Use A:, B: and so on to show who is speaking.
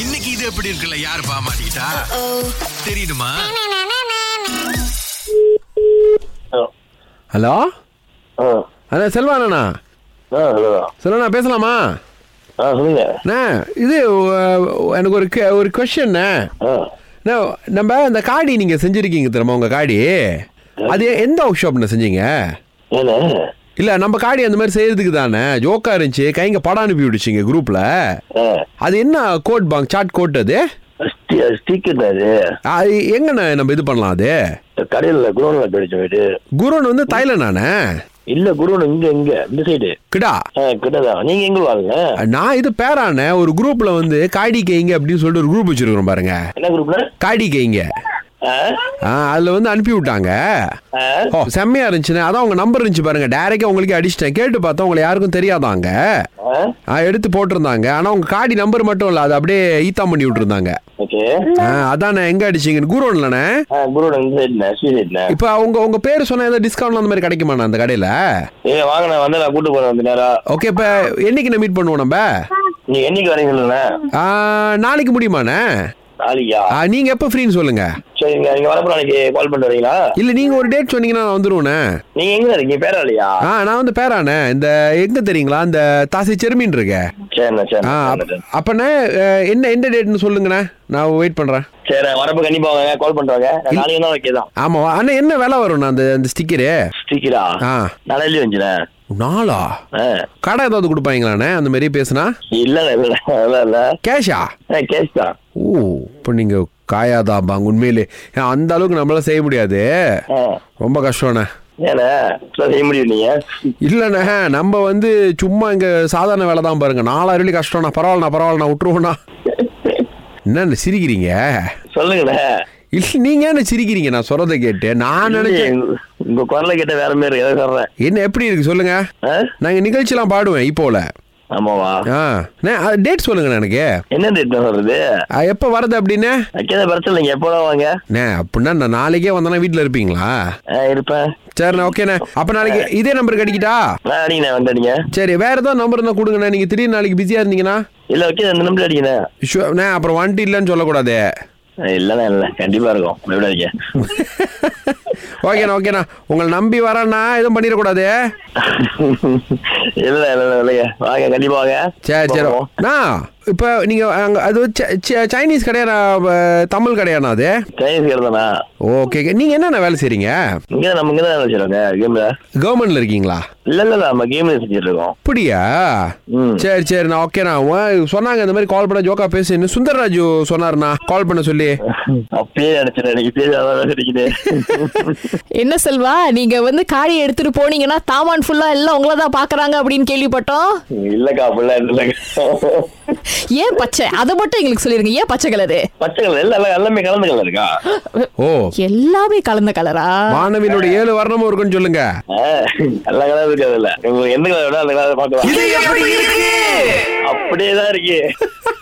A: இன்னைக்கு இது எப்படி இருக்குல்ல யார் பாமாட்டா தெரியுமா
B: ஹலோ
C: ஆ
B: அண்ணா செல்வா அண்ணா
C: ஆ ஹலோ
B: செல்வா பேசலாமா
C: ஆ சொல்லுங்க
B: அண்ணா இது உ- எனக்கு ஒரு que- ஒரு கொஷன்
C: ஆ
B: நம்ம அந்த காடி நீங்க செஞ்சிருக்கீங்க தெரியுமா உங்க காடி அது எந்த ஒர்க் ஷாப்னு செஞ்சீங்க
C: ஏண்ணே
B: இல்ல நம்ம காடி அந்த மாதிரி செய்யறதுக்கு தானே ஜோக்கா இருந்துச்சு கைங்க படம் அனுப்பி விடுச்சிங்க குரூப்ல
C: ஆ
B: அது என்ன கோட் பாங் சாட் கோட் அது
C: ஸ்டி ஸ்டிக்கர் அது
B: அது எங்கண்ணா நம்ம இது பண்ணலாம் அது
C: கடையில் குரோனில் கிடைச்ச வீடு
B: குருன் வந்து தைலண்ணாண்ணே
C: இல்லை குரோன் இங்கே இங்கே இந்த சைடு
B: கிடா
C: ஆ கிட்டதான் நீங்கள் எங்கே வாங்க
B: நான் இது பேரானே ஒரு குரூப்ல வந்து காடி கைங்க அப்படின்னு சொல்லிட்டு ஒரு குரூப் வச்சிருக்கிறோம் பாருங்க
C: என்ன குரூப்ல
B: காடி கைங்க
C: ஆ
B: ஆ, அதுல வந்து அனுப்பி விட்டாங்க
C: ஆ
B: ஓ செம்மையா இருந்துச்சுண்ணே அதான் உங்க நம்பர் இருந்துச்சு பாருங்க டைரக்டா உங்களுக்கு அடிச்சிட்டேன் கேட்டு பார்த்தா உங்களை யாருக்கும் தெரியாதாங்க
C: ஆ
B: ஆ, எடுத்து போட்டிருந்தாங்க ஆனா உங்க காடி நம்பர் மட்டும் இல்ல அது அப்படியே ஈத்தா பண்ணி விட்டுருந்தாங்க
C: ஓகே
B: ஆ, அதானே எங்க அடிச்சீங்கன்னு குரோன்லண்ணே
C: ஆ குரோன் இந்த சைடுண்ணே ஸ்ரீ சைடுண்ணே
B: இப்போ அவங்க உங்க பேர் சொன்னா ஏதாவது டிஸ்கவுண்ட் அந்த மாதிரி கிடைக்குமாண்ணா அந்த கடையில
C: ஏ வாங்க நான் வந்து நான் கூட்டு போகிறேன் வந்து நேராக
B: ஓகே இப்போ என்னைக்கு மீட் பண்ணுவோம் நம்ம
C: நீங்கள் என்னைக்கு வரீங்க இல்லைண்ணே
B: ஆ, நாளைக்கு முடியுமாண்ணே
C: நாளைக்கா
B: ஆ, நீங்க எப்போ ஃப்ரீன்னு சொல்லுங்க
C: சரிங்க நீங்கள் வரப்போ நாளைக்கு கால் பண்ணிட்டு வரீங்களா
B: இல்ல நீங்க ஒரு டேட் சொன்னீங்கன்னா நான் வந்துருவேண்ணே
C: நீங்கள் எங்கே இருக்கீங்க பேராளியா
B: ஆ நான் வந்து பேராண்ணே இந்த எங்க தெரியுங்களா இந்த தாசி செருமின் இருக்கே
C: சரிண்ணே
B: ஆ
C: சரிண்ணே
B: அப்- அப்பண்ணே அஹ், என்ன எந்த டேட்னு சொல்லுங்கண்ணே நான் வெயிட் பண்றேன்
C: சரி வரப்போ கண்டிப்பாக வாங்க கால் பண்ணுறாங்க நாளைக்கு தான் ஓகே தான்
B: ஆமா அண்ணா என்ன விலை வரும்ண்ணா அந்த அந்த ஸ்டிக்கரு
C: ஸ்டிக்கரா
B: ஆ
C: நாளையிலே வந்துச்சுண்ணே
B: நாளா
C: ஆ
B: கடை ஏதாவது கொடுப்பாங்களாண்ணே அந்த மாதிரி பேசுனா
C: இல்ல இல்ல இல்ல இல்ல
B: கேஷா
C: கேஸ் தான்
B: ஓ இப்போ நீங்க காயாதாபாங்க உண்மையிலே ஏன், அந்த அளவுக்கு நம்மளால செய்ய முடியாது
C: ஆ.
B: ரொம்ப கஷ்டம்ண்ணே
C: ஏண்ணே இப்படிலாம் செய்ய முடியும் நீங்க
B: இல்லைண்ணே நம்ம வந்து சும்மா இங்க சாதாரண வேலை தான் பாருங்க நாலாயிரம் வெள்ளி கஷ்டம்ண்ணா பரவாயில்லண்ணா பரவாயில்லண்ணா விட்டுருவோண்ணா என்ன சிரிக்கிறீங்க
C: சொல்லுங்கண்ணே
B: இல்லை நீங்க என்ன சிரிக்கிறீங்க நான் சொல்றதை கேட்டு நான் நினைச்சேன்
C: உங்க- உங்க குரலை கிட்ட வேற மாதிரி இருக்கு அதான் சொல்றேன்
B: என்ன எப்படி இருக்கு சொல்லுங்க
C: ஆ?
B: நாங்க நிகழ்ச்சிலாம் பாடுவேன் இப்போல
C: ஆமாவா
B: ஆ டேட் சொல்லுங்க எனக்கு
C: என்ன டேட் சொல்றது
B: ஆ, எப்ப வரது அப்படின்னு
C: வைக்காத பிரச்சனை இல்லைங்க எப்போ வாங்க
B: அண்ணே அப்படின்னா நான் நாளைக்கே வந்தேன்னா வீட்டில் இருப்பீங்களா
C: ஆ, இருப்பேன்
B: சரிண்ணே ஓகேண்ணே அப்போ நாளைக்கு இதே நம்பர் கிடைக்கிட்டா
C: ஆ, அடிங்கண்ணே வந்து அடிங்க
B: சரி வேற ஏதாவது நம்பர் இருந்தால் கொடுங்கண்ணே நீங்கள் திடீர்னு நாளைக்கு பிஸியாக இருந்தீங்கன்னா
C: இல்ல ஓகே அந்த நம்பர் அடிங்கண்ணே
B: ஷோ- அண்ணே அப்புறம் வண்டி இல்லைன்னு சொல்லக்கூடாது
C: ஆ, இல்லண்ணே இல்ல கண்டிப்பா இருக்கும் எப்படி அடிங்க
B: ஓகேண்ணா ஓகேண்ணா உங்களை நம்பி வரேண்ணா எதுவும் பண்ணிடக்கூடாது
C: இல்ல இல்ல இல்ல, இல்லைங்க வாங்க கண்டிப்பா வாங்க
B: சரி சரி
C: போவோம்.
B: அண்ணா இப்போ நீங்கள் அங்கே அது சை- சை- சைனீஸ் கடையா தமிழ் கடையாண்ணா அது
C: சைனீஸ் கடை
B: ஓகே நீங்கள் என்னென்ன வேலை செய்கிறீங்க
C: இங்க நம்ம இங்க தான் வச்சிருக்கோங்க கேம்ல
B: கவர்மெண்ட்ல இருக்கீங்களா
C: இல்ல இல்ல இல்ல, நம்ம கேம்ல செஞ்சுட்டு இருக்கோம்
B: அப்படியா
C: ம்.
B: சரி சரிண்ணா ஓகேண்ணா உன் சொன்னாங்க இந்த மாதிரி கால் பண்ண ஜோக்கா பேசுன்னு சுந்தரராஜு சொன்னாருண்ணா கால் பண்ண சொல்லி
C: அப்படியே நினைச்சேன் எனக்கு பேசாதான் கிடைக்குது
D: என்ன செல்வா நீங்க வந்து காடி எடுத்துட்டு போனீங்கன்னா தாமான் ஃபுல்லா எல்லாம் உங்களை தான் பாக்குறாங்க அப்படின்னு கேள்விப்பட்டோம்
C: இல்லக்கா அப்படிலாம் இல்லைங்க
D: ஏன் பச்சை அதை மட்டும் எங்களுக்கு சொல்லிருங்க ஏன் பச்சை கலரு
C: பச்சை கலர் இல்ல இல்ல, எல்லாமே கலந்த கலர் இருக்கா
B: ஓ
D: எல்லாமே கலந்த கலரா
B: மாணவியினுடைய ஏழு வர்ணமும் இருக்குன்னு சொல்லுங்க
C: ஆ, எல்லா கலரும் இருக்காது இல்ல உங்களுக்கு எந்த கலர் வேணா அந்த கலர் பார்க்கலாம்
B: இது எப்படி இருக்கு
C: அப்படியே தான் இருக்கு